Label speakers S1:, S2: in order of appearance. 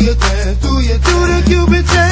S1: your dance, do your do the Cupid dance.